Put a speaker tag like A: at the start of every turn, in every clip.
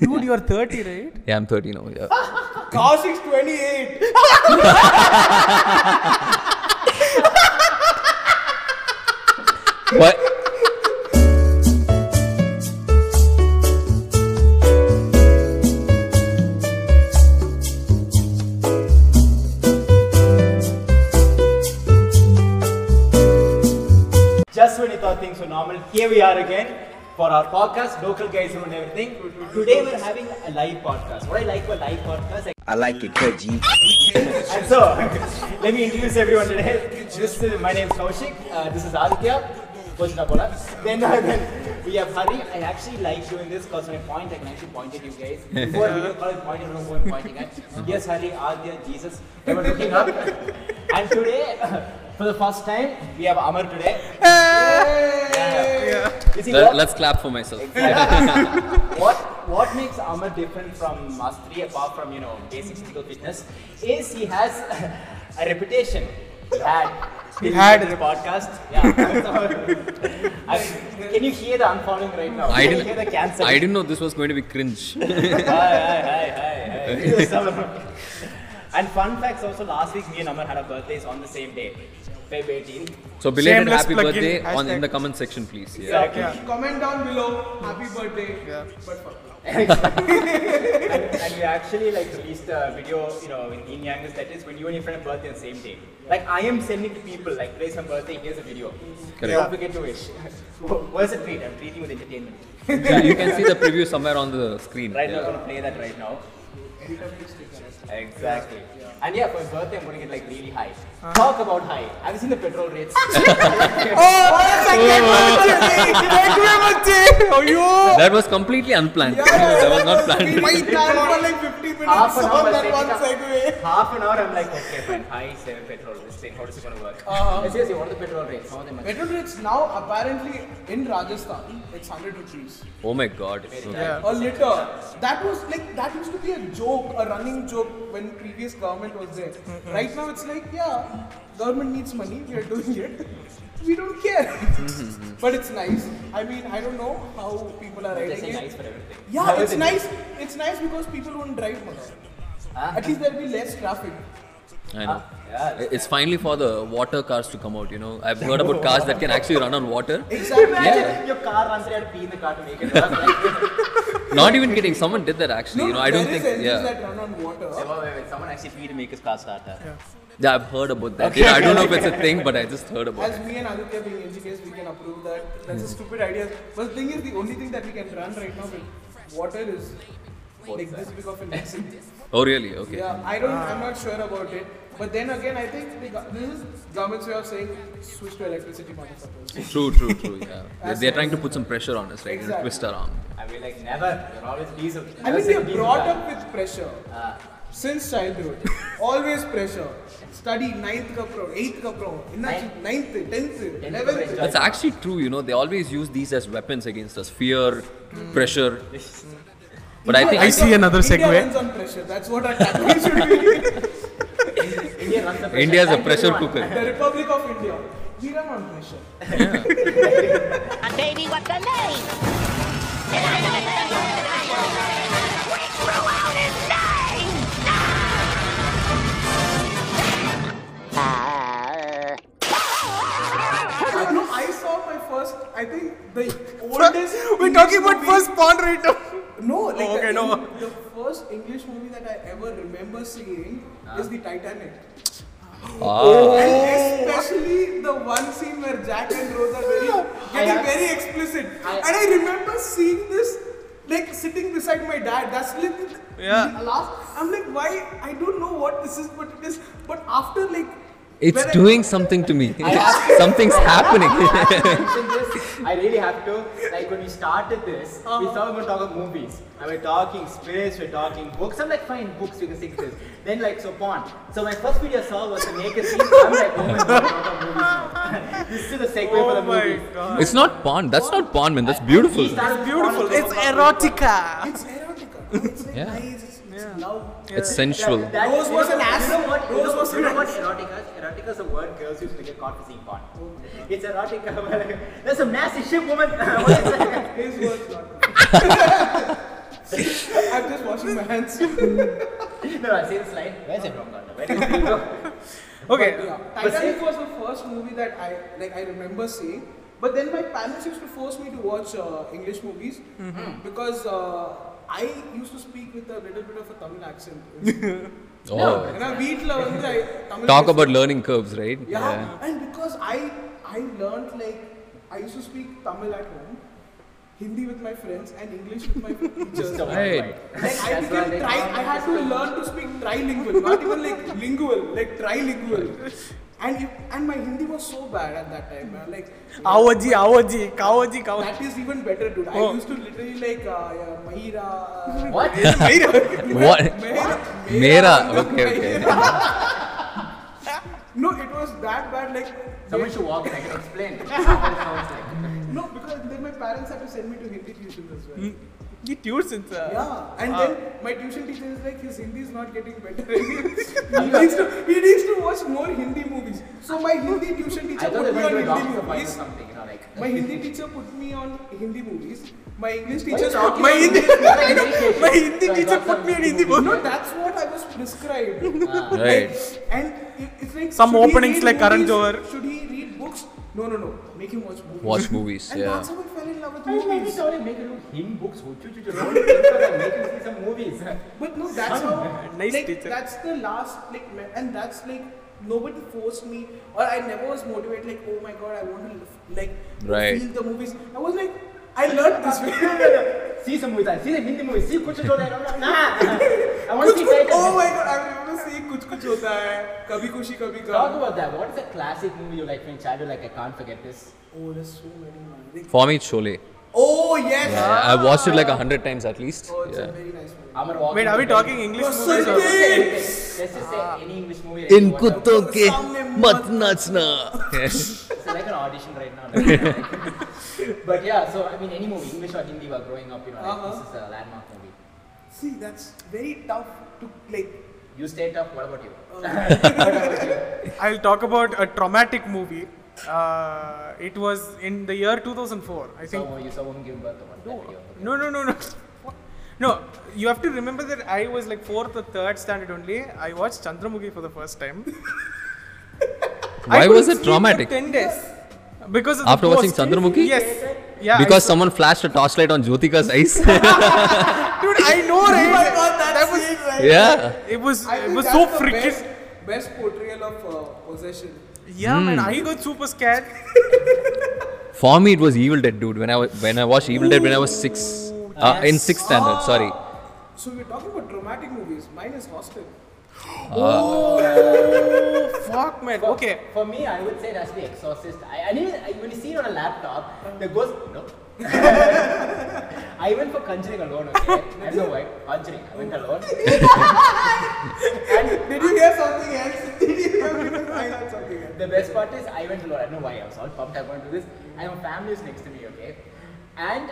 A: Dude, you are 30, right?
B: Yeah, I'm 30 now. Yeah.
A: Kaushik's 28.
B: what?
C: Just when you thought things were normal, here we are again for our podcast, Local Guys Ruin Everything. Today we're having a live podcast. What I like about live podcasts,
D: I like it pudgy.
C: and so let me introduce everyone today. This is my name is Kaushik. Uh, this is Aditya. Bojnapola. Then, uh, then we have Hari. I actually like doing this because when I point, I can actually point at you guys. Before a video call, I point at who I'm pointing at. Yes, Hari, Aditya, Jesus. They were looking up. And today, for the first time, we have Amar today. Yeah. You see,
B: Let,
C: what-
B: let's clap for myself.
C: what what makes Amar different from us three, apart from you know basic physical fitness, is he has a reputation. Had he
A: had
C: this podcast. Yeah. I, can you hear the unfollowing right now?
B: I
C: can you hear
B: didn't,
C: the cancel?
B: I didn't know this was going to be cringe.
C: Hi, hi, hi, hi, hi. Some- and fun facts also last week me and Amar had our birthdays on the same day, Feb 18th.
B: So belated
A: Shameless
B: happy
A: plug-in.
B: birthday on, in
A: Hashtag.
B: the comment section, please. Yeah.
C: Exactly.
E: Comment down below, happy birthday. But fuck.
C: and we actually like released a video, you know, in Yin Yang is that is when you and your friend have birthday on the same day. Like I am sending to people, like today's my birthday, here's a video.
B: Correct.
C: Don't forget to wish. What's a treat? I'm treating you with entertainment.
B: You- you can see the preview somewhere on the screen.
C: Right now
B: yeah.
C: I'm gonna play that right now. Exactly. And yeah, for his birthday I'm gonna get like really high. Talk about high. I've seen the petrol rates.
A: Oh, that's a great birthday. Thank you very much. Ayyo.
B: That was completely unplanned. that was not
E: We
B: planned.
E: might plan for like 50 minutes
C: half an hour,
E: on
C: I
E: that
C: set
E: one
C: it up.
E: segue.
C: half an hour I'm like, okay fine, high seven petrol, this thing, how is it gonna work? Seriously, what are the petrol rates? How are they measured?
E: Petrol rates now apparently in Rajasthan, it's 100 rupees
B: Oh my god.
A: Yeah.
E: a liter. That was like that used to be a joke, a running joke when previous government was there.
B: Mm-hmm.
E: Right now it's like yeah, government needs money, we are doing it. We don't care.
B: Mm-hmm.
E: but it's nice. I mean, I don't know how people are
C: They
E: riding
C: say
E: it.
C: nice for everything.
E: Yeah,
C: How is
E: it's
C: it?
E: nice. It's nice because people won't drive much.
C: Ah.
E: At least there'll be less traffic.
B: I know.
C: Yeah.
B: I- It's finally for the water cars to come out, you know. I've heard about cars that can actually run on water.
E: Exactly.
C: Imagine your car runs out of pee in the car to make it. work. Like,
B: Not even kidding, someone did that actually,
E: No,
B: you know. I don't
E: there is
B: think
E: engines
B: yeah.
E: that run on
C: wait,
E: water.
C: wait, wait, someone actually pee to make his car start. huh?
B: Yeah, I've heard about that. You know, I don't know if it's a thing, but I just heard about it.
E: As me and Aditya being engineers, we can approve that. That's a stupid idea. But the thing is, the only thing that we can run right now with water is like this big of an accident.
B: Oh really? Okay.
E: Yeah, I don't.
B: Ah.
E: I'm not sure about it. But then again, I think the, go- this is government's way of saying switch to electricity, motherfuckers.
B: True, true, true. Yeah. They're, they're trying to put some pressure on us, right? And
E: Exactly.
B: twist our arm.
C: I mean, like, never. You're always diesel.
E: I mean,
C: Never
E: we
C: say
E: are
C: diesel
E: brought
C: car.
E: up with pressure
C: Ah.
E: since childhood. Always pressure. Study ninth ka pro, eighth ka pro,
C: Ninth.
E: ninth, tenth,
C: Tenth
E: eleventh.
C: ka
B: That's actually true, you know. They always use these as weapons against us fear, pressure. But I think
A: I see another
E: India
A: segue.
E: runs on pressure. That's what our tagline should be.
C: India runs the pressure.
B: India is a
C: Thank
B: pressure
C: everyone.
B: cooker.
E: the Republic of India. We run on pressure.
F: And baby, what's her name? We threw out his name!
E: I don't know. I saw my first. I think the oldest.
A: We're
E: English
A: talking about
E: movie-
A: first porn right now.
E: No, like
A: Okay,
E: the,
A: no.
E: the first English movie that I ever remember seeing is the Titanic.
A: Oh.
B: Ah,
E: And especially the one scene where Jack and Rose are very, getting
C: I-
E: very explicit.
C: I-
E: and I remember seeing this, like sitting beside my dad. That's like the-
A: Yeah.
E: the last. I'm like, why? I don't know what this is, but it is. But after like.
B: it's
E: when I-
B: doing something to me. Something's happening.
C: Mention this, Uh-huh. I really have to. Like, when we started this, we thought we were going to talk about movies. And we're talking spirits, we're talking books. I'm like, fine, books, we can stick to this. Then, like, so porn. So, my first video I saw was the naked scene. I'm like, oh my god, we're talking about movies now. this is the segue for the movies.
A: god.
B: It's not porn. That's not porn, man. That's beautiful.
C: He started porn
A: Beautiful.
C: to talk
A: It's
C: about
A: erotica.
E: It's erotica. It's like
B: Yeah.
E: nice. It's, it's love.
B: It's sensual.
C: That-
E: Rose
C: you
E: was
C: know-
E: an ass.
C: You know what? you
E: Rose
C: know-
E: was
C: you
E: an
C: know what
E: ass.
C: erotica is? Erotica is a word girls use to get caught for seeing porn. It's erotica. There's some nasty shit, woman. What is that?
E: His words, not mine. I'm just washing my hands.
C: No, I'll say this line. Where's everyone gone? now? Where did they go? Okay.
E: Yeah.
C: But
E: Titanic was the first movie that I like. I remember seeing. But then my parents used to force me to watch uh, English movies
A: Mm-hmm.
E: because uh, I used to speak with a little bit of a Tamil accent.
B: Oh.
E: and I beat Tamil.
B: Talk about learning curves, right?
E: Yeah. And because I I learned like I used to speak Tamil at home, Hindi with my friends, and English with my teachers.
C: still-
B: Right.
E: Like I
C: That's why
E: became
C: they
E: tri-
C: call
E: I
C: it
E: had to learn to speak trilingual, not even like lingual, like trilingual. And if, and my Hindi was so bad at that time. man, Like
A: Awaji, Awaji, Kawaji, Kawaji.
E: that is even better, dude. I
A: Oh.
E: used to literally like uh, yeah, Mahira.
C: What?
B: What?
E: Mehra.
B: Mera. Okay, okay.
E: No, it was that bad. Like
C: Someone should walk and I can explain. How it sounds like.
E: no, because then my parents had to send me to Hindi tuition as well.
A: He tunes in, sir.
E: Yeah, and then my tuition teacher is like, his Hindi is not getting better. he, needs to, he needs to watch more Hindi movies. So my Hindi tuition
C: I
E: teacher
C: thought it
E: put me on
C: was going to
E: Hindi
C: be or
E: movies.
C: something. You know, like.
E: My Hindi teacher put me on Hindi movies. My English
C: Why
E: teacher
C: you talking
E: put me
C: about
E: on English
C: English? You're an English
A: My
C: teacher.
A: Hindi
C: So I
A: teacher
C: got
A: put
C: some
A: me in Hindi
C: movie.
E: No,
A: movies.
E: that's what I was prescribed.
B: Right.
E: And it, it's like
A: Some
E: should he
A: openings
E: read
A: like Karan
E: movies?
A: Johar.
E: Should he read books? No, no, no. Make him watch movies.
B: Watch movies,
E: And
B: yeah.
E: that's how I fell in love with
C: I like it
E: movies.
C: only make you him books. Who chu chu chu. Don't think of it, Make him see some movies.
E: But no, that's how.
A: Nice
E: like,
A: teacher.
E: That's the last like, me- and that's like nobody forced me, or I never was motivated. Like, oh my god, I want to live- like
B: Right.
E: feel the movies. I was like, I learned this way.
C: See some movies. I see the Hindi movies. See kuch kuch Hota Hai. I'm like, Nah. I want to see
E: Kuch Kuch-
C: Titan.
E: oh my god, I remember seeing Kuch Kuch Hota Hai, Kabhi Kushi Kabhi
C: Talk
E: Gham.
C: about that. What is a classic movie you like from childhood? Like I can't forget this.
E: Oh, there's so many. man. Like,
B: For me, it's Sholay.
E: oh yes.
B: I watched it like a hundred times at least.
E: Oh, it's
B: Yeah.
E: a very nice movie.
C: I'm gonna walk.
A: Wait, are we
C: into bed.
A: talking English
E: Oh,
A: movies?
E: sorry.
A: Or?
C: Let's just say anything. Let's just say any English movie. right now, whatever.
B: के
E: सामने मत
B: नाचना
C: It's like an audition right now. like. but yeah, so I mean, any movie, English or Hindi, while growing up, you know, like,
E: Uh-huh.
C: this is a landmark movie.
E: See, that's very tough to like.
C: You stay tough. What about you?
A: I'll talk about a traumatic movie. Uh, it was in the year 2004, I think.
C: So you saw women give birth or what? that video. Okay.
A: No, no, no, no. No, you have to remember that I was like fourth or third standard only. I watched Chandramukhi for the first time. I
B: Why
A: couldn't
B: was it
A: sleep for
B: traumatic?
A: Ten days. Because of
B: After
A: the
B: watching
A: ghost.
B: Chandramukhi?
A: Yes. Yeah. I
B: because
A: saw-
B: someone flashed a torchlight on Jyotika's eyes.
A: dude, I know, right?
E: Oh my god, that,
A: that was
E: scene, right?
B: yeah.
A: it was
E: I
A: it
E: think
A: was
E: that's
A: so
E: the
A: freaking.
E: Best, best portrayal of uh, possession.
A: Yeah, man,
B: Hmm.
A: I got super scared.
B: For me, it was Evil Dead, dude. When I wa- when I watched Evil Dead when I was six, uh, in sixth standard. Sorry.
E: So we're talking about dramatic movies. Mine is Hostel.
A: oh, fuck, man.
C: For-
A: Okay.
C: For me, I would say that's The Exorcist. I, I mean, I, when you see it on a laptop, the ghost. No. I went for Conjuring alone. Okay, I don't know why. Conjuring. I went alone. and
E: Did you hear something else? Did you hear I heard something else.
C: The best part is I went alone. I don't know why I was all pumped. I want to do this. And my family is next to me, okay? And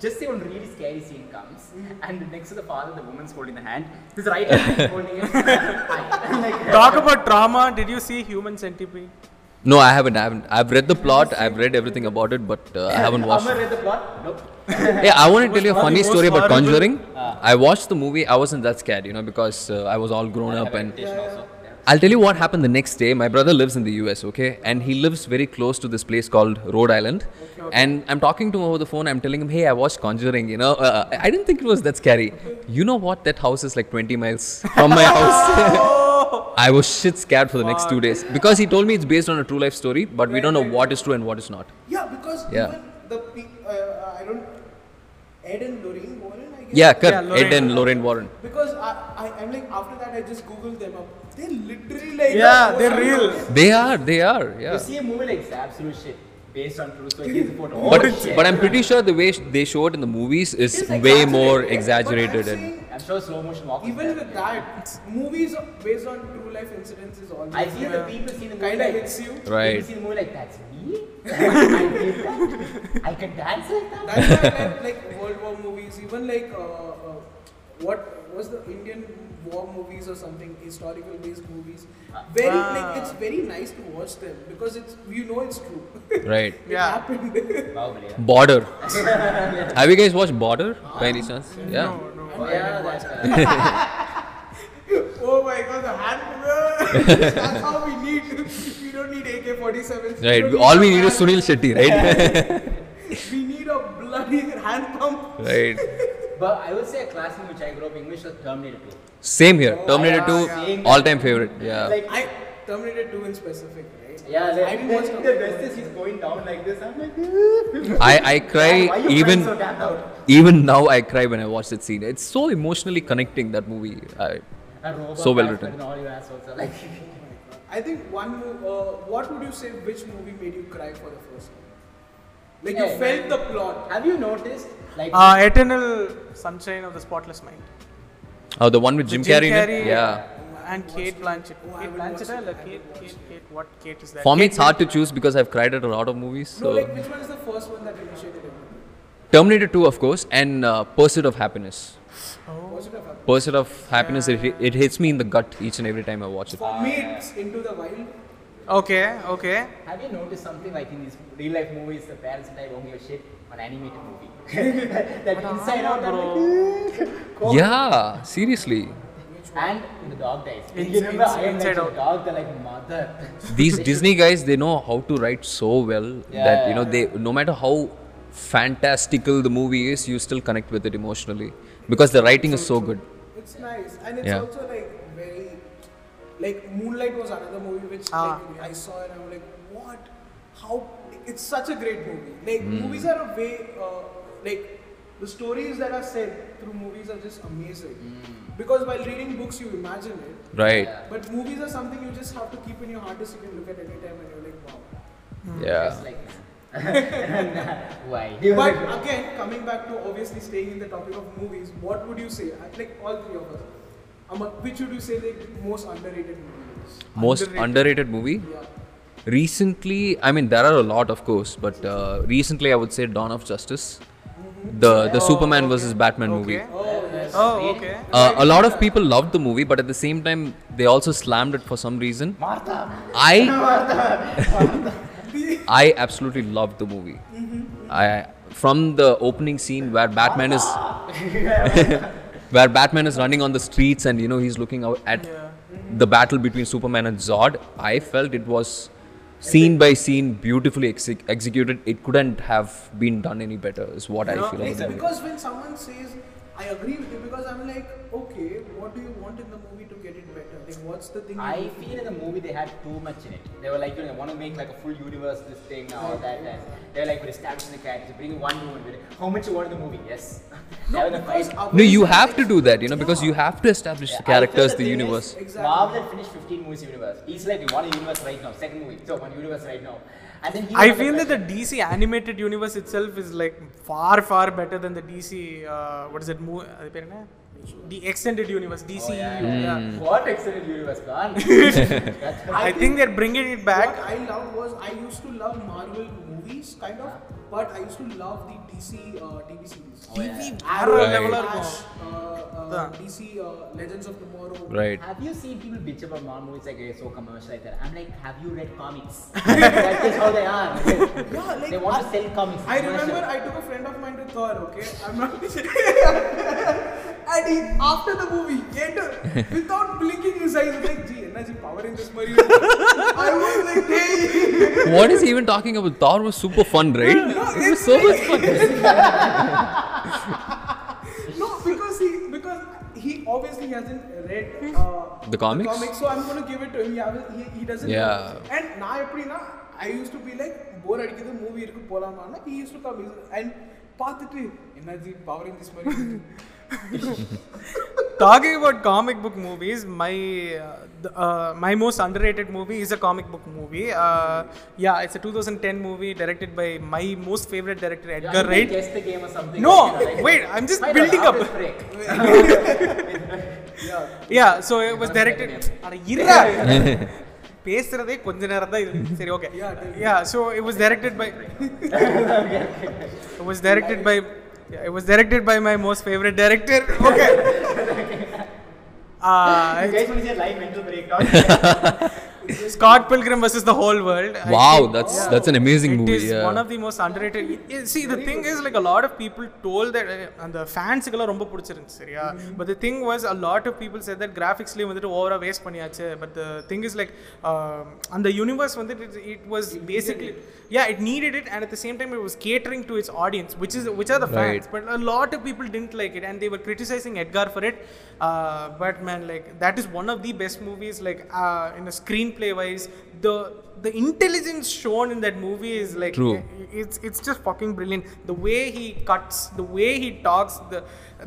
C: just say one really scary scene comes, and next to the father, the woman's holding the hand. This right hand is holding it. Hi. like,
A: Talk about trauma. Did you see Human Centipede?
B: No, I haven't. I haven't. I've read the plot. I've read everything about it, but uh, I haven't watched.
C: Amar
B: it.
C: read the plot. Nope.
B: Hey, I want to tell you a
A: one of
B: funny
A: the most
B: story about
A: horrible- Ah.
B: Conjuring. I watched the movie. I wasn't that scared, you know, because uh, I was all grown up and.
C: Adaptation also. Yeah.
B: I'll tell you what happened the next day. My brother lives in the US, okay? And he lives very close to this place called Rhode Island. And I'm talking to him over the phone. I'm telling him, hey, I watched Conjuring, you know? Uh, I I didn't think it was that scary. You know what? That house is like 20 miles from my house. I was shit scared for the next two days because he told me it's based on a true life story, but we don't know what is true and what is not.
E: Yeah, because
B: Yeah.
E: even the pe- uh, I don't Ed and Lorraine Warren. I guess.
B: Yeah, correct.
A: Yeah,
B: Ed
A: Lorraine.
B: and Lorraine Warren.
E: Because I, I I'm like after that I just googled them up. They literally like
A: Yeah, they're real.
B: They are, they are,
C: You
B: yeah.
C: see a movie like this, absolute shit, based on true story. Here's the photo. Oh,
B: But,
C: shit.
B: but I'm pretty sure the way sh- they show it in the movies is
E: It's
B: way more
E: But I'm
B: exaggerated. And,
E: saying,
C: I'm sure slow motion walking.
E: even
C: there.
E: with that, movies based on true life incidents is always
C: I feel the people see the movie
E: kind of
C: like-
E: hits you.
B: right.
C: You see the movie like that's me. I did that. I can dance like that.
E: That's why I like, like World War movies, even like uh, uh, what was the Indian war movies or something historical based movies. Very
C: Uh,
E: like it's very nice to watch them because it's you know it's true. it
B: Right.
A: Yeah.
E: happened.
C: Bahubali, yeah.
B: Border. Have you guys watched Border by any chance? Yeah.
A: No, no.
C: Yeah, that's
E: oh my god, the hand. That's how we need. We don't need AK 47s.
B: Right. All we need is Sunil Shetty, right?
E: We need a bloody hand pump.
B: right.
C: But I would say a classic which I grew up English was Terminator 2.
B: Same here. Terminator
C: yeah.
B: 2, all time favorite. Yeah.
C: Like,
E: I Terminator 2 in specific, right?
C: yeah, like,
E: I didn't
C: the,
E: watch
C: the
E: Terminator
C: best
E: 2.
C: is he's going down like this. I'm like,
B: I, I
C: why are
B: cry
C: your friends so
B: even
C: tapped out?
B: even now I cry when I watch that scene. It's so emotionally connecting that movie. I,
C: A robot
B: So well
C: passed
B: written.
C: And all you assholes are like,
E: I think one. mo- Uh, what would you say? Which movie made you cry for the first time? Like you
C: Yeah,
E: felt the plot.
C: have you noticed? Like,
A: Uh, Eternal Sunshine of the Spotless Mind.
B: oh, the one with Jim,
A: Jim
B: Carrey. in
A: Carrey.
B: it? Yeah.
A: And Kate Blanchett.
E: Oh, I
A: Kate
E: haven't watched
A: Blanchett,
E: it.
A: or
E: I
A: Kate,
E: haven't
A: Kate, Kate, what Kate is that?
B: For me,
A: Kate
B: it's hard to choose because I've cried at a lot of movies.
E: No,
B: So
E: like which one is the first one that initiated everything?
B: Terminator 2, of course, and uh, Pursuit of Happiness.
E: Was it a vampire?
B: Pursuit of Happiness. It, it hits me in the gut each and every time I watch it.
E: For me, it's Into the Wild.
A: Blanchett. Okay, okay.
C: have you noticed something like in these real life movies, the parents type only a shit on animated movie? that inside out, I'm like, cold.
B: Yeah, seriously.
C: And the dog dies.
A: Ins-
C: you remember,
A: ins-
C: I am like
A: inside
C: the
A: out.
C: dog, they're like mother.
B: These Disney guys, they know how to write so well that you know they no matter how fantastical the movie is, you still connect with it emotionally because the writing is so good.
E: It's nice, and it's
B: Yeah.
E: also like very. Like Moonlight was another movie which
A: Ah.
E: like, I saw and I was like, what? How? It's such a great movie. Like
B: Hmm.
E: movies are a way. Uh, like the stories that are said through movies are just amazing. Because while reading books, you imagine it.
B: Right.
E: But movies are something you just have to keep in your heart as you can look at any time and you're like, wow.
B: Yeah.
A: Hmm.
C: Just like, why? He was like,
E: But again, coming back to obviously staying in the topic of movies, what would you say? I- Like all three of us, um, which would you say the most underrated movie is?
B: Most
A: Underrated.
B: underrated movie.
E: Yeah.
B: Recently, I mean there are a lot, of course, but uh, recently I would say Dawn of Justice, the the Superman versus Batman movie.
A: Oh, Okay.
E: Oh, yes.
A: Oh, okay.
B: Uh, a lot of people loved the movie, but at the same time, they also slammed it for some reason.
C: Martha!
B: I I absolutely loved the movie.
C: Mm-hmm.
B: I from the opening scene where Batman is where Batman is running on the streets and you know he's looking out at
C: Mm-hmm.
B: the battle between Superman and Zod. I felt it was scene by scene beautifully exec- executed. It couldn't have been done any better. Is what I feel about
E: It's
B: the movie.
E: because when someone says, I agree with you, because I'm like, okay, what do you want in the movie to get it better? Like, what's the thing? you
C: I
E: want?
C: feel in the movie they had too much in it. They were like, you know, they want to make like a full universe, this thing, all that, and they were like, we're establishing the characters, bringing one woman with it. How much you want in the movie? Yes. Having a
E: Because
C: fight.
B: No,
E: otherwise
B: you
E: it's
B: have
E: like-
B: to do that, you know, because you have to establish
C: Yeah,
B: the
C: I feel
B: characters, the
C: thing is,
B: universe.
E: Exactly.
C: Marvel had finished 15 movies universe. He's like, we want a universe right now. Second movie, so one universe right now. And then he
A: I
C: was
A: feel
C: like,
A: that the DC animated universe itself is like far, far better than the DC. Uh, what is it? Mo- அது பேர் என்ன? the extended universe. E DC.
C: Oh, yeah,
A: yeah.
C: yeah. What extended universe, man? That's
A: I think they're bringing it back.
E: What I loved was I used to love Marvel movies, kind of, but I used to love the DC uh, TV
B: Oh,
E: series.
A: TV
E: Arrow,
A: Arrow
B: Right.
A: level
E: Flash,
A: இருக்கும்.
E: uh, uh,
A: Yeah.
E: DC uh, Legends of Tomorrow.
B: Right.
C: Have you seen people bitch about Marvel movies like it's so commercial like that? I'm like, have you read comics? that is how they are.
E: Yeah, like
C: they want
E: I,
C: to sell comics.
E: I remember I took a friend of mine to Thor. Okay, I'm not. and he after the movie, yet without blinking his eyes, was like, "Gee, energy power in this movie." I was like, "Hey."
B: What is he even talking about? Thor was super fun, right? it was so much fun.
E: No, because he because he obviously hasn't read uh,
B: The comics?
E: so I'm gonna give it to him. He, haven't- he, he doesn't.
B: Yeah.
E: know. And now, na, I used to be like, bore அடிக்குது movie இருக்கு போலாமான்னு. He used to come he's, and பார்த்துட்டு energy power in this movie.
A: Talking about comic book movies, my uh, the, uh, my most underrated movie is a comic book movie. Uh, yeah, it's a 2010 movie directed by my most favorite director Edgar Wright.
C: Guess the game or something.
A: No,
C: you know, like-
A: wait, I'm just
C: Why not?
A: building up.
C: After break.
A: Yeah, so it was directed. அட இருடா. பேசுறதே கொஞ்ச நேரம் தான் இது சரி okay yeah so it was directed by it was directed by it was directed by my most favourite director okay
C: You
A: Uh,
C: guys want to see a live mental breakdown?
A: Scott Pilgrim versus the whole world. I
B: Wow,
A: think
B: that's that's an amazing
A: it
B: movie.
A: is
B: yeah.
A: one of the most underrated. eh, See, the thing is, like a lot of people told that eh, அந்த ஃபேன்ஸுக்கெல்லாம் ரொம்ப பிடிச்சிருந்துச்சு சரியா but the thing was a lot of people share that கிராஃபிக்ஸ்லேயே வந்துட்டு ஓவராக waste பண்ணியாச்சு but the thing is like um, அந்த யூனிவர்ஸ் வந்துட்டு it was basically yeah it needed it and at the same time it was catering to its audience which is which are the fans but a lot of people tend like it and they were criticising Edgar for it but man like that is one of the best movies like in a screenplay wise the the intelligence shown in that movie is like
B: True.
A: i- it's it's just fucking brilliant the way he cuts the way he talks the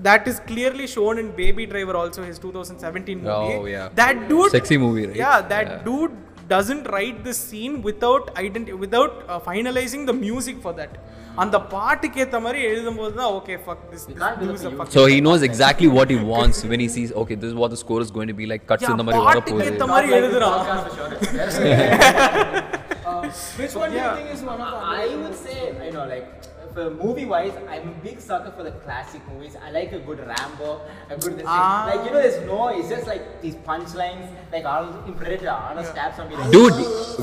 A: that is clearly shown in baby driver also his 2017 movie
B: Oh, yeah.
A: that dude
B: Sexy movie, right?
A: yeah that
B: Yeah.
A: dude doesn't write the scene without identi- without uh, finalizing the music for that அந்த பாட்டுக்கு ஏத்த மாதிரி எழுதும்போது தான் okay fuck this this a fucking
B: So he knows exactly what he wants when he sees. Okay, this is what the score is going to be like. Cuts in the
A: yeah,
B: mari
A: பாட்டுக்கு ஏத்த மாதிரி எழுதுறான்
E: Which one do
A: Yeah.
E: you think is one of the
C: I would say, I know, like, for movie wise, I'm a big sucker for the classic movies. I like a good Rambo, a good. this thing.
A: Ah.
C: Like, you know, there's no, it's just like these punchlines, like Arnold in Predator, Arnold stabs somebody. like,
B: Dude,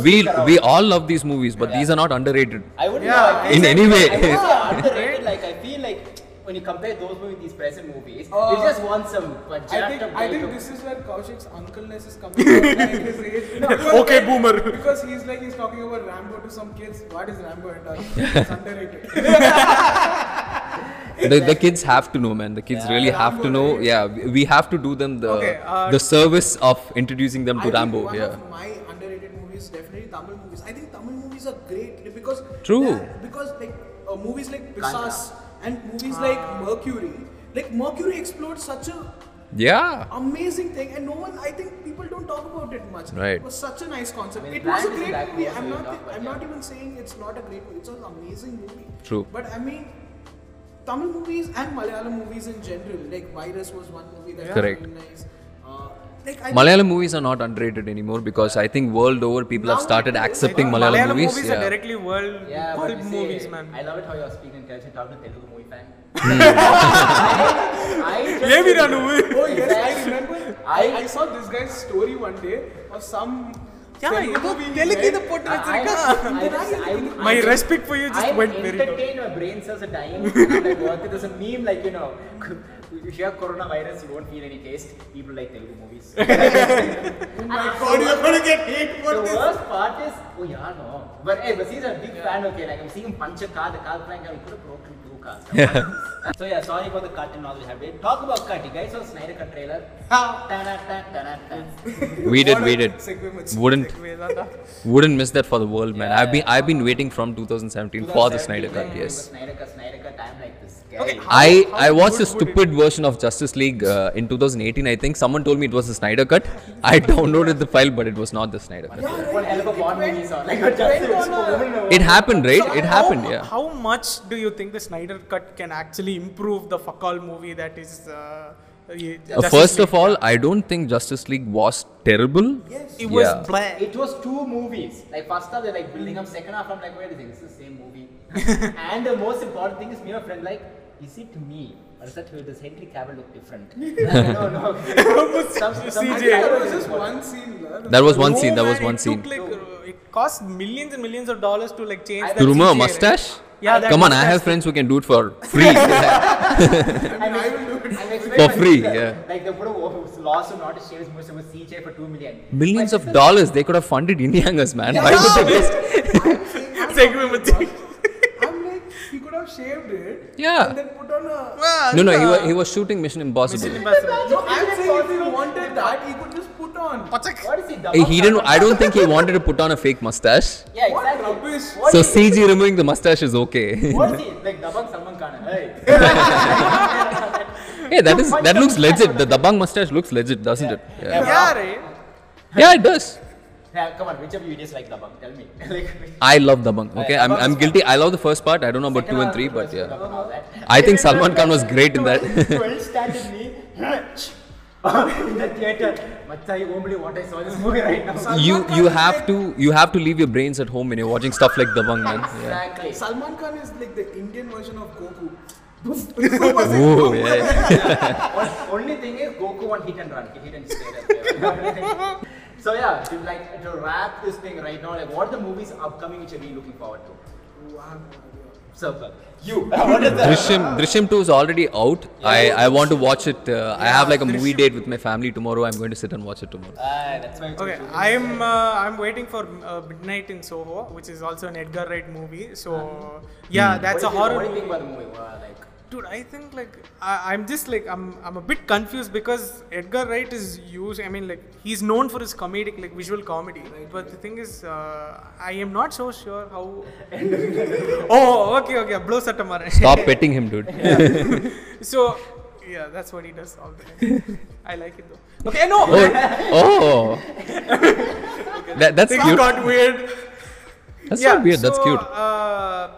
B: we
C: around.
B: we all love these movies, but these are not underrated.
C: I wouldn't
A: Yeah,
C: know. I
B: in
C: feel
B: any
C: like-
B: way.
C: I feel they're underrated. Like, I feel like when you compare those movies with these present movies,
E: Uh,
C: they just want some.
E: I
C: Uh,
E: think,
C: jacked up
E: I
C: guy to-
E: think this is where Kaushik's uncleness is coming from like his age. No, because
A: Okay,
E: like-
A: boomer.
E: Because he's like, he's talking about Rambo to some kids. What is Rambo at all? It's underrated.
B: The, the kids have to know, man. The kids really have to know. Yeah, we- we have to do them the
A: Okay, uh,
B: the service of introducing them
E: I
B: to
E: think
B: Rambo.
E: One
B: Yeah.
E: of my underrated movies definitely Tamil movies. I think Tamil movies are great because
B: True.
E: they're- because like uh, movies like Pisas and movies like
C: Ah.
E: Mercury. Like Mercury explored such a
B: Yeah.
E: amazing thing, and no one. I think people don't talk about it much.
B: Right.
E: It was such a nice concept.
C: I mean,
E: it was a
C: Brand is
E: great
C: back
E: movie.
C: also
E: I'm
C: you
E: not.
C: talk about,
E: I'm
C: yeah.
E: not even saying it's not a great movie. It's an amazing movie.
B: True.
E: But I mean. Tamil movies and Malayalam movies in general, like Virus was one movie that
B: Correct.
E: was really nice. Uh, like I
B: Malayalam movies are not underrated anymore because I think world over people have
E: Now
B: started
E: people-
B: accepting Malayalam, movies.
A: are
B: yeah.
A: directly world
C: Yeah, but
A: world
C: you see,
A: movies man
C: I love it how you're speaking in culture talk to Telugu movie fan.
B: Hmm.
C: I,
A: have
C: just,
A: ராணுவு
E: Oh yes, I remember. I,
C: I-
E: I saw this guy's story one day of some.
A: Yeah,
E: Telugu
A: ஏதோ
E: being
A: தெலுங்குல
E: read.
A: போட்டு
C: I,
A: வச்சிருக்கா
C: I, I, I,
A: My respect for you just
C: I'm
A: went very low.
C: entertained, my brain cells are dying. I'm like, what? There's a meme like, you know, if you have coronavirus, you won't feel any taste. People like Telugu movies.
E: God, you're gonna get hate
C: the
E: for this.
C: worst part is, oh yeah, no. But hey, but he's a big fan, okay? Like, I'm seeing him punch a car, the car playing, I could have broken two cars. so yeah, sorry for the cut and all we have did. Talk about cut, you guys saw Snyder Cut trailer. Ta-da-ta-ta-ta-ta.
B: We did, we
E: What a
B: did.
E: segue, Mitch.
B: Wouldn't wouldn't miss that for the world, man. I've been I've been waiting from 2017 for the Snyder
C: 2017,
B: Cut.
C: when
B: Yes.
C: Snyder Cut, Snyder Cut, I'm like this guy.
A: Okay, how-
B: I,
A: how
B: I watched a
A: good would it
B: stupid version of Justice League uh, in 2018. I think someone told me it was the Snyder Cut. I downloaded the file, but it was not the Snyder Cut.
C: One hell of a Bond movie saw. Like, a
E: went
C: justice
E: on a-
C: woman in a
B: It happened, right? It
A: How-
B: happened. Yeah. Uh,
A: How much do you think the Snyder Cut can actually improve the fuck all movie that is? Uh, y-
B: Uh,
A: Justice
B: first of
A: League?
B: all, I don't think Justice League was terrible.
A: it was
B: yeah.
A: black.
C: It was two movies. Like first half they're like building up, second half I'm like, wait a second, this is the same movie. and the most important thing is me and my friend like, is it me? Or is that does Henry Cavill look different? no, no. some, some,
E: I
A: CJ.
E: think there was just one scene. la.
B: That was one
A: No,
B: scene. That
A: man,
B: was one
A: it
B: scene.
A: Took, like, uh, it cost millions and millions of dollars to like change.
C: I-
A: that
B: To remove a
A: CGI, right?
B: mustache?
A: Yeah, that
B: Come on, I
A: mustache
B: have friends who can do it for free.
C: I mean, I will do it.
B: For free, yeah.
C: Like they put a loss of not a share most of a CJ for two million.
B: Millions of dollars they could have funded Indiangas, man. Why would they waste?
A: Segment with-
E: I'm like, he could have shaved it.
B: Yeah.
E: And then put on a.
A: Ah,
B: No, no, he was,
A: yeah.
B: he was shooting Mission Impossible.
A: Impossible.
E: No, I'm saying if he wanted that, he could just put on.
A: Pachak.
C: What is he dumb?
B: Eh, He didn't. I don't think he wanted to put on a fake mustache.
C: Yeah,
E: What
C: exactly.
E: rubbish.
C: What
B: So
C: is he-
B: CG removing the mustache is okay.
C: What is he? Like Dabang Salman Khan. Hey.
B: hey, that is that looks legit. The Dabang mustache looks legit, doesn't it? Yeah,
A: Yeah, right.
B: yeah it does.
C: Yeah, come on, which of you idiots like Dabang? Tell me. like,
B: I love Dabang. Okay, I'm, I'm guilty. I love the first part. I don't know about two and three, but yeah. I think Salman Khan was great in that.
C: 12 standard me in the theater. Macha, you won't believe what I saw this movie right now.
B: You you have to you have to leave your brains at home when you're watching stuff like Dabang, man. Yeah.
C: Exactly.
E: Salman Khan is like the Indian version of Goku.
B: Oh, yeah.
C: Only thing is Goku on hit and run. He didn't stay there. so yeah, to like to wrap this thing right now, like what are the movies upcoming which you're really looking forward to? Circle. You. what is that?
B: Drishyam, Drishyam 2 is already out. I, I want to watch it. Uh, I have like a movie date with my family tomorrow. I'm going to sit and watch it tomorrow.
C: Ah, that's my
A: Okay, I'm uh, I'm waiting for uh, Midnight in Soho, which is also an Edgar Wright movie. So yeah, that's a horror.
C: What do you
A: movie.
C: think about the movie? Wow, like,
A: Dude, I think like I, I'm just like I'm I'm a bit confused because Edgar Wright is used. I mean, like he's known for his comedic like visual comedy. But the thing is, uh, I am not so sure how. oh, okay, okay. Blow Satamara.
B: Stop petting him, dude.
A: so yeah, that's what he does all the time. I like it though. Okay, no.
B: Oh, that, that's
A: Things
B: cute.
A: got weird.
B: That's not weird. that's
A: so,
B: cute.
A: Uh,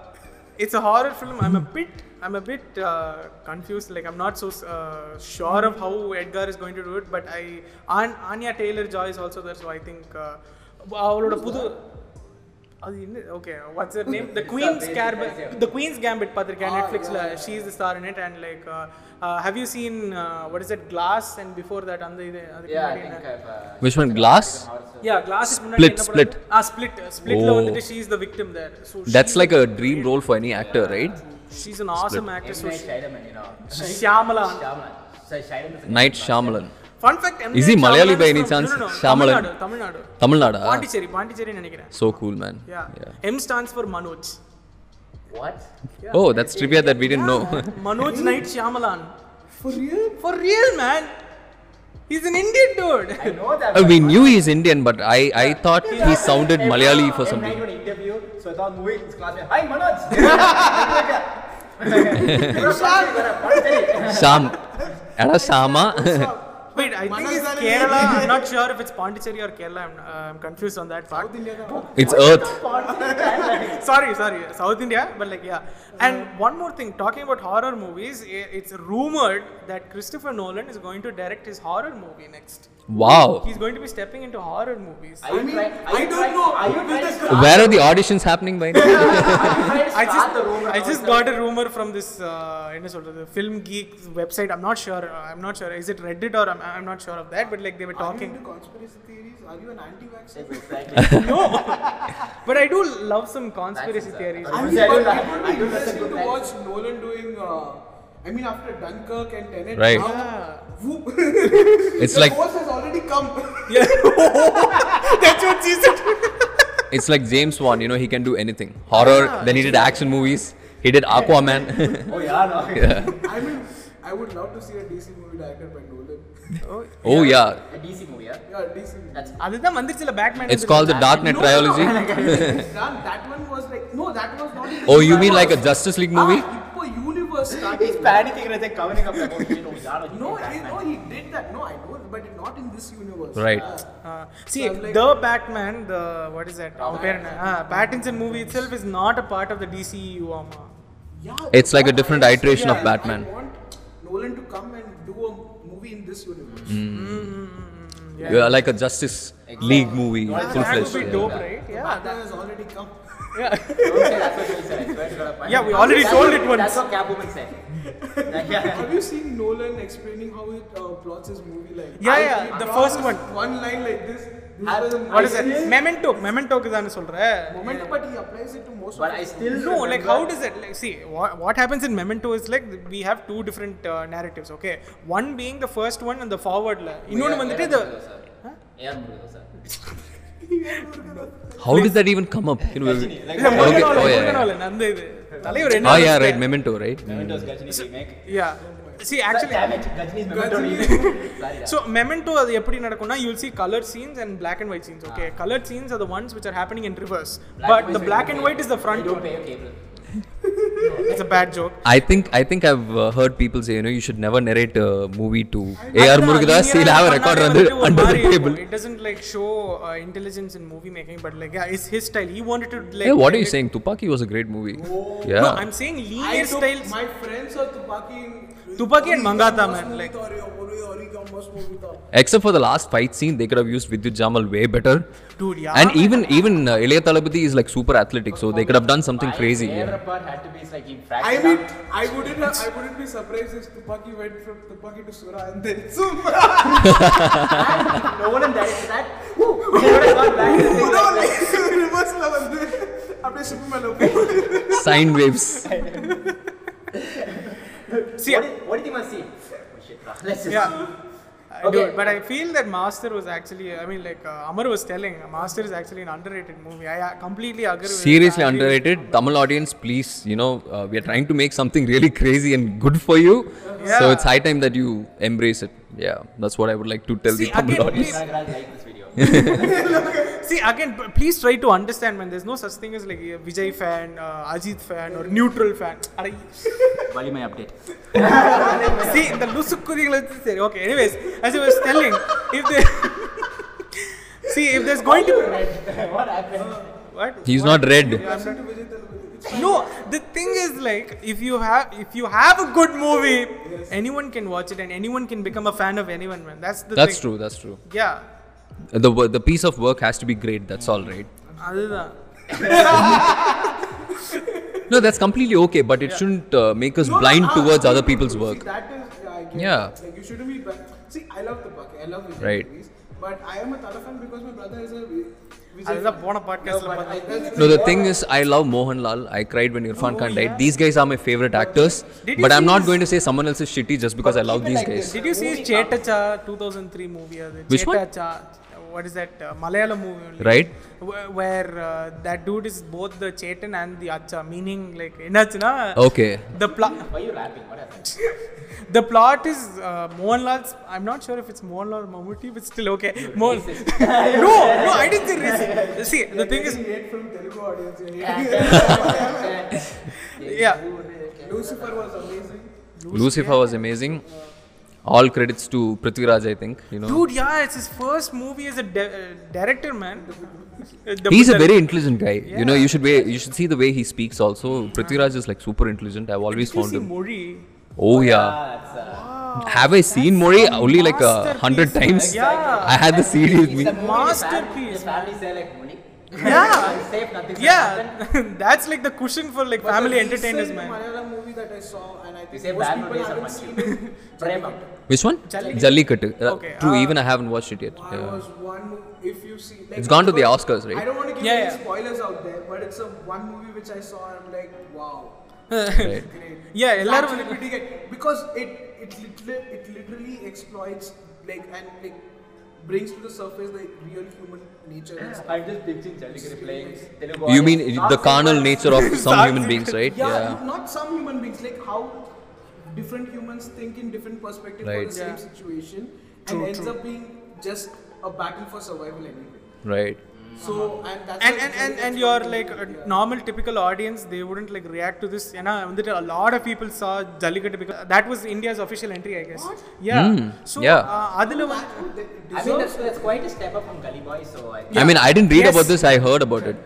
A: it's a horror film. I'm a bit, I'm a bit uh, confused. Like I'm not so uh, sure of how Edgar is going to do it. But I, An- Anya Taylor Joy is also there, so I think. Uh, அவளோட புது அது என்ன okay what's name the Queen's gambit the Queen's Gambit பார்த்துருக்கேன்
C: Ah,
A: நெட்ஃப்ளிக்ஸில் she is the star in it and like how you seen what is it Glass and before that அந்த இது அதுக்கு
C: yeah, I
A: முன்னாடி
C: think
A: என்ன
C: I've. Uh,
B: Which one? Glass?
A: யா Glass
B: Split, split.
A: ஆ Split ஸ்ப்ளிட்ல
B: Oh.
A: Ah, வந்துட்டு she is the victim there so
B: That's like a dream role for any actor, right?
A: She's an awesome actress.
C: M.
A: So
C: Night
A: she,
C: Shyamalan, you know.
A: Shyamalan.
C: Shyamalan. So Shyamalan is a
B: Night
C: good
B: Shyamalan.
A: Fun fact, M.
B: Is
A: Night
B: he Malayali
A: Shyamalan
B: by
A: is
B: any
A: from-
B: chance? Ah.
A: No, no, no.
B: Shyamalan.
A: Tamil Nadu. Tamil Nadu.
B: Tamil Nadu.
A: Pondicherry Pondicherry நினைக்கிறேன்
B: So cool, man.
A: Yeah. M stands for Manoj.
C: one. What?
B: Oh, that's trivia that we didn't know.
A: Manoj Night Shyamalan.
E: For real?
A: For real, man. He's an Indian dude.
C: I know that.
B: Uh, we knew he's Indian, but I, I thought he sounded Malayali for some
C: I
B: reason.
C: interview, so I thought moving his class. Hi, Manoj. You're a Punjabi, you're a Punjabi.
B: Sham. Ada Shama.
A: Wait, I think he's Kerala. I'm not sure if it's Pondicherry or Kerala. I'm, uh, I'm confused on that fact.
B: it's Earth.
A: sorry, sorry, South India, but like yeah. And one more thing, talking about horror movies, i- it's rumored that Christopher Nolan is going to direct his horror movie next.
B: Wow.
A: He's going to be stepping into horror movies.
C: Are you
E: mean,
C: trying- are
E: I
C: you
E: don't
C: trying-
E: know.
C: Are you
E: With
C: trying to
E: this
C: start-
B: Where are the auditions happening by now?
C: are you trying to
A: I
C: start
A: just,
C: the rumor
A: I just
C: about
A: got a rumor from this uh, என்ன சொல்றது, film geek website. I'm not sure. uh, I'm not sure. Is it Reddit or I'm, I'm not sure of that. But like they were
E: Are you
A: talking.
E: into conspiracy theories? Are you an anti-vaxxer?
C: the- Exactly.
A: No, but I do love some conspiracy theories.
C: I
E: I
C: would
E: mean,
C: say I
E: but it
C: don't like-
E: would
C: I
E: be
C: don't like the
E: interesting to
C: black-
E: watch Nolan doing. Uh, I mean, after Dunkirk and Tenet,
B: Right.
E: now,
A: Yeah.
E: whoop,
B: It's
E: the
B: like-
E: force has already come.
A: That's what she said.
B: It's like James Wan, you know, he can do anything. Horror, then he did action movies. He did Aquaman.
C: Oh yeah, no.
E: I mean, I would love to see a DC movie directed by Nolan.
B: oh yeah.
C: A DC movie, yeah.
E: Yeah, DC. Movie.
C: That's
A: அதுதான் வந்துருச்சுல Batman
B: It's called the Dark Knight trilogy.
E: It's done. That one was like no, that was not.
B: Oh, you mean like a Justice League movie?
E: Hippo universe
C: he's
E: started.
C: panicking right there, covering up like, oh shit, oh yeah, no. he
E: No, he,
C: did Batman.
E: no, he did that. No, I know, but not in this universe.
B: Right.
E: Yeah.
A: Uh, see,
E: So I'm like-
A: the Batman, the what is that? அவன் பேர் என்ன? Ah, Pattinson movie itself is not a part of the DCEU. ஆமா.
E: Yeah,
B: It's like a
E: what
B: different
E: I-
B: iteration of
E: yeah,
B: Batman.
E: I want Nolan to come and do a movie in this universe.
B: Mm, Yeah, like a Justice League movie,
A: Ah,
B: full
A: that would be
B: fledged.
A: dope, right? Yeah.
E: Batman has already come.
C: Don't say that's what he said. I swear to God, I'm
A: Yeah, we
C: panicking.
A: already
C: That's
A: told
C: what-
A: it once.
C: That's what Catwoman said. Like, yeah.
E: Have you seen Nolan explaining how he uh, plots his movie? Like,
A: Yeah,
E: I-
A: yeah,
E: he
A: the
E: plots
A: first one.
E: One line like this. this
C: Have-
E: was a
A: What is it?
E: nice
A: Memento. Mementoக்கு தானே சொல்ற?
E: Moment, but he applies it to most
C: But
E: of
C: I
E: his
C: still
A: No, like how
C: remember-
A: does it like see what, what happens in Memento is like we have two different uh, narratives, okay? One being the first one and the forward la. இன்னொன்னு வந்துட்டு the
B: How did that even come up? You know,
A: இல்ல,
B: okay,
A: Morgan Nolan,
B: oh yeah.
A: Morgan
B: yeah.
A: Nolan, அந்த இது. தலைவர் என்ன
B: Oh yeah,
A: நினைச்சாரு?
B: right. Memento, right?
A: Yeah. See actually So memento அது எப்படி நடக்கும்னா you'll see color scenes and black and white scenes okay colored scenes are the ones which are happening in reverse but the Ah. black and white is the front
C: You don't
A: one.
C: pay your cable.
A: it's a bad joke
B: I think I think I've uh, heard people say you know you should never narrate a movie to AR
A: அதுதான்,
B: Murugadas.
A: linear
B: He'll have a
A: பண்ணாலே
B: record
A: வந்துட்டு
B: under,
A: ஒரு
B: under the
A: மாதிரி
B: table.
A: இருக்கும். it doesn't like show uh, intelligence in movie making but like yeah it's his style he wanted to like
B: Yeah, what are you
A: make it-
B: saying? Tupaki was a great movie.
A: no
B: Yeah.
A: i'm saying
E: I
A: linear
E: took
A: styles
E: my friends or Tupaki in
A: Tupaki and Mangata, man, like-
E: Like,
B: Except for the last fight scene, they could have used Vidyut Jamal way better.
A: Dude, yeah.
B: And even even uh, Ilya Talapati is like super athletic, so they could have done something crazy.
C: My
B: Yeah.
C: favorite part had to be it's like he
E: I
C: fractured
E: mean,
C: up.
E: I wouldn't, I wouldn't be surprised if Tupaki went from Tupaki to Sura and then Sumba.
C: No one in that is that. Woo! He would have gone back to the thing like that.
E: ரிவர்ஸ்ல வந்து அப்படியே சுப்பிமேல போய்
B: Sine waves.
A: See,
C: What did, what did you must see? Oh, shit, bro. Let's just.
A: yeah. I
C: Okay.
A: do, but I feel that Master was actually, I mean, like uh, Amar was telling, Master is actually an underrated movie. I uh, completely agree with
B: Seriously
A: that.
B: underrated. Tamil audience, please, you know, uh, we are trying to make something really crazy and good for you. So
A: Yeah.
B: it's high time that you embrace it. Yeah, that's what I would like to tell
A: See,
B: the Tamil
A: again,
B: audience.
A: please-
C: Nagaraj liked this video.
A: See, again, p- please try to understand, man. There's no such thing as like a Vijay fan, uh, Ajit fan, or neutral fan. Are
C: Bali my update.
B: Oh,
A: see இந்த லுசுக்குதிகளை சரி okay anyways as i was telling if they see if there's going to be
C: what happened?
A: what
B: He's
A: What?
B: not red.
A: I'm not- no the thing is like if you have if you have a good movie anyone can watch it and anyone can become a fan of anyone man that's the
B: That's
A: thing.
B: true. That's true.
A: yeah
B: The wo- the piece of work has to be great. That's all right.
A: அதுதான்
B: No, that's completely okay, but it shouldn't uh, make us blind
A: ah,
B: towards other people's work.
E: See, that is, yeah, I get
B: Yeah.
E: It. Like, you shouldn't be. Back. See, I love the bucket. I love Vijay
B: Right.
E: movies. But I am a Tala fan because my brother is a Vi- Vijay.
A: அதுதான்
E: fan.
A: போன பாட்காஸ்ட்ல
E: But I-
A: பார்த்தேன்
E: that's-
B: No, the thing is, I love Mohanlal. I cried when Irfan Khan died. These guys are my favorite actors,
A: Oh, Did you
B: but I'm
A: see
B: not
A: his-
B: going to say someone else is shitty just because I love these guys.
A: Did you see his Chetacha 2003 movie? uh, the
B: Which one?
A: Chetacha, What is that? Uh, Malayalam movie. only.
B: Right.
A: Where, where uh, that dude is both the Chetan and the Acha, meaning like Enachna.
B: Okay.
A: The plot.
C: Why are you rapping? What happened?
A: The plot is uh, Mohanlal's. I'm not sure if it's Mohanlal or Mammootty, but still okay. Mohan. no, no, I didn't say racist. See, the thing is,
E: Hate from Telugu audience. yeah.
A: yeah.
E: Lucifer was amazing.
B: Lucifer was amazing. All credits to Prithviraj, I think. You know,
A: Dude, yeah, it's his first movie as a di- uh, director, man. Uh, The-
B: he's a
A: the-
B: very intelligent guy. You know, you should be, you should see the way he speaks. Also, Prithviraj is like super intelligent. I've always
A: Did you
B: found
A: see
B: him.
A: Mori?
B: Oh yeah.
C: That's, uh,
B: Oh, Have I seen Mori only like a hundred
A: Masterpiece,
B: times?
A: yeah.
B: I had the CD with
C: it's
B: me.
C: a movie,
A: Masterpiece.
C: His family say like money.
A: Yeah.
C: It's safe. Nothing's happened.
A: Yeah, that's like the cushion for like
E: But
A: family
E: the
A: entertainers,
E: recent
A: man.
E: Malayalam movie that I saw, and I
C: You
E: think
C: say
E: most
C: bad
E: people
C: movies are
E: haven't
C: much.
E: seen it.
C: Brahma.
B: Which one? Jallikattu. Uh,
A: Okay,
B: True.
A: uh,
B: even I haven't watched it yet.
E: Why
B: Yeah.
E: was one movie, if you see, like,
B: It's gone to the
E: because-
B: Oscars, right?
E: I don't want to give
A: Yeah,
E: any
A: yeah.
E: spoilers out there, but it's a one movie which I saw and I'm like, wow,
B: Right.
E: great.
A: Yeah,
E: It's
A: எல்லாரும்
E: actually
A: வந்து-
E: pretty good because it it literally it literally exploits like and like brings to the surface like real human nature. And stuff.
C: I'm just picturing Jallikattu playing Telugu.
B: You
C: audience.
B: mean
C: Not
B: the
C: safe.
B: carnal nature of some human beings, right?
E: Yeah, not some human beings like how different humans think in different perspectives for
B: Right.
E: the same
A: Yeah.
E: situation
A: True,
E: and ends
A: true.
E: up being just a battle for survival anyway.
B: Right.
E: So and that's
A: Uh-huh. and
E: why
A: and
E: it's
A: and,
E: like-
A: and your like a normal typical audience they wouldn't like react to this ஏன்னா வந்துட்டு a lot of people saw jallikattu because that was india's official entry i guess yeah so
B: Hmm, yeah.
A: uh, அதுல வந்து
C: I mean, that's, that's quite a step up from Gully Boy, so I think.
B: I mean, I didn't read
A: Yes.
B: about this. I heard about it.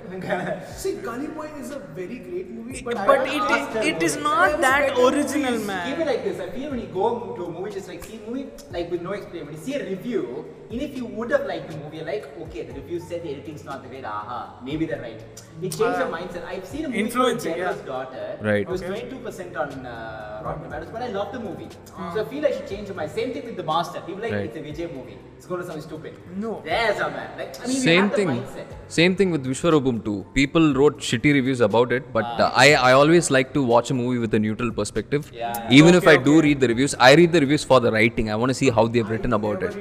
E: See, Gully Boy is a very great movie, but, I
A: but
E: don't
A: it
E: ask
A: is- it is not that original
C: Give it
A: man
C: like this. I feel when you go to a movie, just like see a movie like with no explanation. When you see a review, even if you would have liked the movie, you're like okay, the review said the editing's not the way. Aha, maybe they're right. It changed your mindset. I've seen a movie called
A: Uh, Influencing,
C: General's
A: yeah.
C: Daughter.
B: Right.
C: It was 22% on uh, Rotten Tomatoes, but I love the movie.
A: Uh.
C: So I feel I should change my mind. Same thing with The Master. People like
B: Right.
C: it's a Vijay movie. It's going to sound stupid.
A: No.
C: There's a man. Like I mean, you
B: Same
C: have the
B: thing.
C: mindset.
B: Same thing with Vishwarupam too. People wrote shitty reviews about it, but uh, I I always like to watch a movie with a neutral perspective.
C: Yeah, yeah.
B: Even if
A: Okay,
B: I do read the reviews, I read the reviews for the writing. I want to see how they've written about it.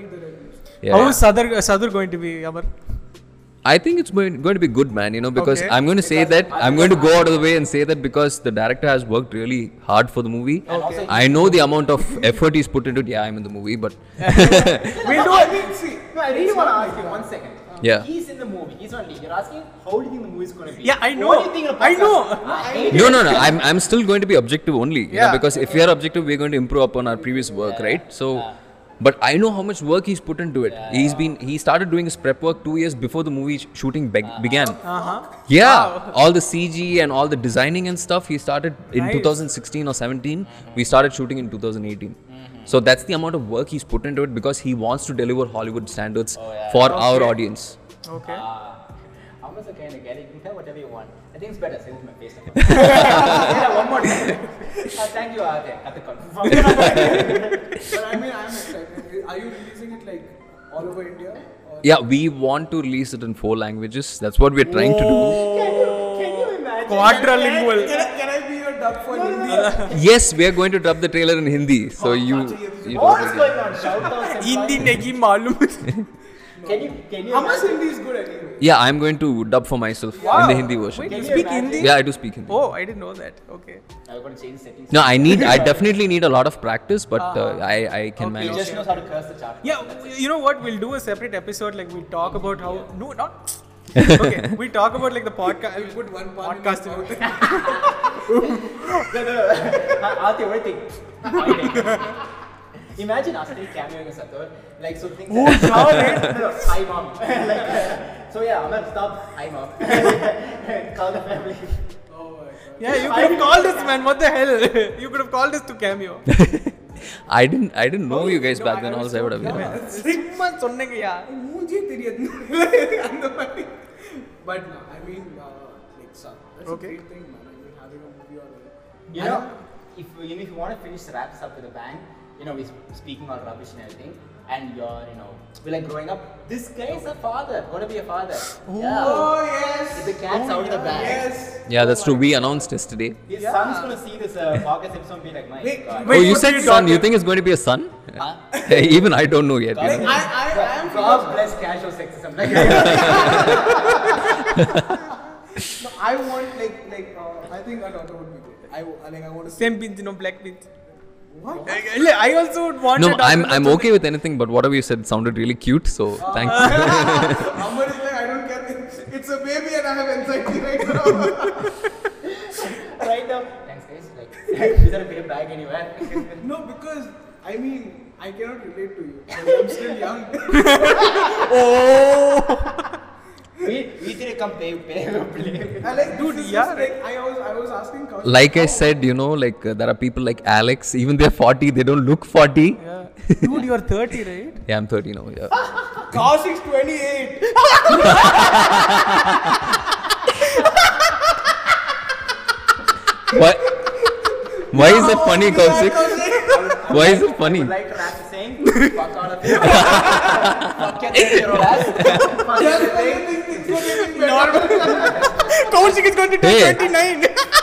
B: Yeah.
A: how is sadar sadar Oh, going to be amar
B: I think it's going, going to be good, man. You know, because
A: Okay.
B: I'm going to say that I'm going to go out of the way and say that because the director has worked really hard for the movie.
C: And also-
B: I know the amount of effort he's put into it. Yeah, I'm in the movie, but
A: we'll do
C: I
A: it
C: mean, see, no, I really want to ask you one second.
B: Yeah.
C: He's in the movie. He's not lead. You're asking how do you think the movie's going to be?
A: Yeah, I know.
C: What do you think of the
A: I know.
C: podcast? I hate
B: no,
C: it.
B: no, no. I'm I'm still going to be objective only. You know,
A: Yeah.
B: because if we are objective, we're going to improve upon our previous work, right? So. But I know how much work he's put into it. He's been he started doing his prep work two years before the movie sh- shooting beg began.
A: uh-huh
B: Yeah, all the CG and all the designing and stuff he started in
A: Nice.
B: 2016 or 17. We started shooting in 2018.
A: Mm-hmm.
B: So
A: Oh,
B: that's the amount of work he's put into it because he wants to deliver Hollywood standards for our audience.
A: Okay.
C: Uh, I'm also kind of You can tell whatever you want. I think it's better. Say it to my face. yeah, one more time. Uh, thank you, Aditya. At the confirm.
E: But I mean, I'm excited. Are you releasing it like all over India? Or
B: Yeah, we want to release it in four languages. That's what we're trying to
A: Oh.
B: do.
C: Can you, can you imagine?
A: Quadrilingual.
E: can, I, can I be your dub for Hindi?
B: Yes, we are going to drop the trailer in Hindi.
A: Oh,
B: So you. you
C: What's going on? Shout out.
A: Hindi नहीं मालूम
C: Can you, can you,
E: How much Hindi is good anyway?
B: yeah, I'm going to dub for myself in the Hindi version.
A: Wait,
C: Can
A: you
C: you
A: speak
C: imagine?
A: Hindi?
B: Yeah, I do speak Hindi.
A: Oh, I didn't know that. Okay.
C: I'm going to change settings.
B: No, I need. I definitely need a lot of practice, but uh, I I can
A: Uh-huh. Okay,
C: He
B: manage.
C: just knows how to curse the chart.
A: Yeah, w- you know what? We'll do a separate episode. Like we'll talk about how no, not. okay, we talk about like the podcast.
E: You put one part in
A: podcast.
E: your mouth.
C: No, no, no. Aditya, what do you think? Imagine Ashley cameoing us at Like, so things. Oh, no, no, Hi, mom. like, uh, so, yeah, I'm gonna stop. Hi, mom. Call the family.
A: Yeah, you could have called us, man. What the hell? you could have called us to cameo.
B: I didn't. I didn't know you guys back then. Also, I would have been.
A: சும்மா சொன்னீங்க, yeah.
E: மூஞ்சே தெரியாது அந்த மாதிரி but I mean like sir
A: Okay.
E: Okay thing man I mean having a movie or
C: You know, if, you know, if you want to finish wraps up with a bang, you know, we're speaking all rubbish and everything. And you're, you know, we're like growing up. This guy is a father, gonna be a father.
E: Oh
C: Yeah.
E: yes. Oh,
C: The cat's out of the bag.
E: Yes.
B: Yeah, that's true. We announced yesterday.
C: His son's gonna see this uh, podcast episode and be like, my
E: Wait,
C: God.
B: Oh, you
A: what
B: said
A: are you
B: son. You
A: talking-
B: think it's going to be a son?
C: Huh?
B: Hey, even I don't know yet. You
C: God,
B: know?
E: I I I am
C: God
E: philosopher.
C: bless casual sexism. Like,
E: No, I want like like uh, I think a daughter would be good. I I- like I want to see
A: Same pinch, no black pinch.
E: what?
A: I- I- I also would want.
B: No,
A: a
B: I'm
A: document
B: I'm
A: of-
B: okay with anything, but whatever you said sounded really cute. So
A: Uh-huh.
B: thanks.
E: Amar is like I don't care. It's a baby and I have anxiety right now.
C: right now. Thanks, guys. Like, is there a paper bag anywhere?
E: no because I mean I cannot relate to you. because I'm still young.
C: we, we did come pay, pay, play.
E: I like
A: Dude,
E: this is
A: yeah,
E: just Like, I was I was asking Kaushik,
B: Like I
E: how-
B: said, you know, like uh, there are people like Alex. Even they're 40, they don't look 40. Yeah,
A: Yeah. Dude, you're 30, right?
B: I'm 30 now. Yeah.
E: Kaushik's 28.
B: Why? Why is it funny, Kaushik? Why is it funny?
C: Like Rap is saying, fuck all of you. fuck your 30 year old ass. Fuck
E: Just
C: everything.
E: when you think things were getting better.
A: Kaushik is going to
B: Hey.
A: turn 29.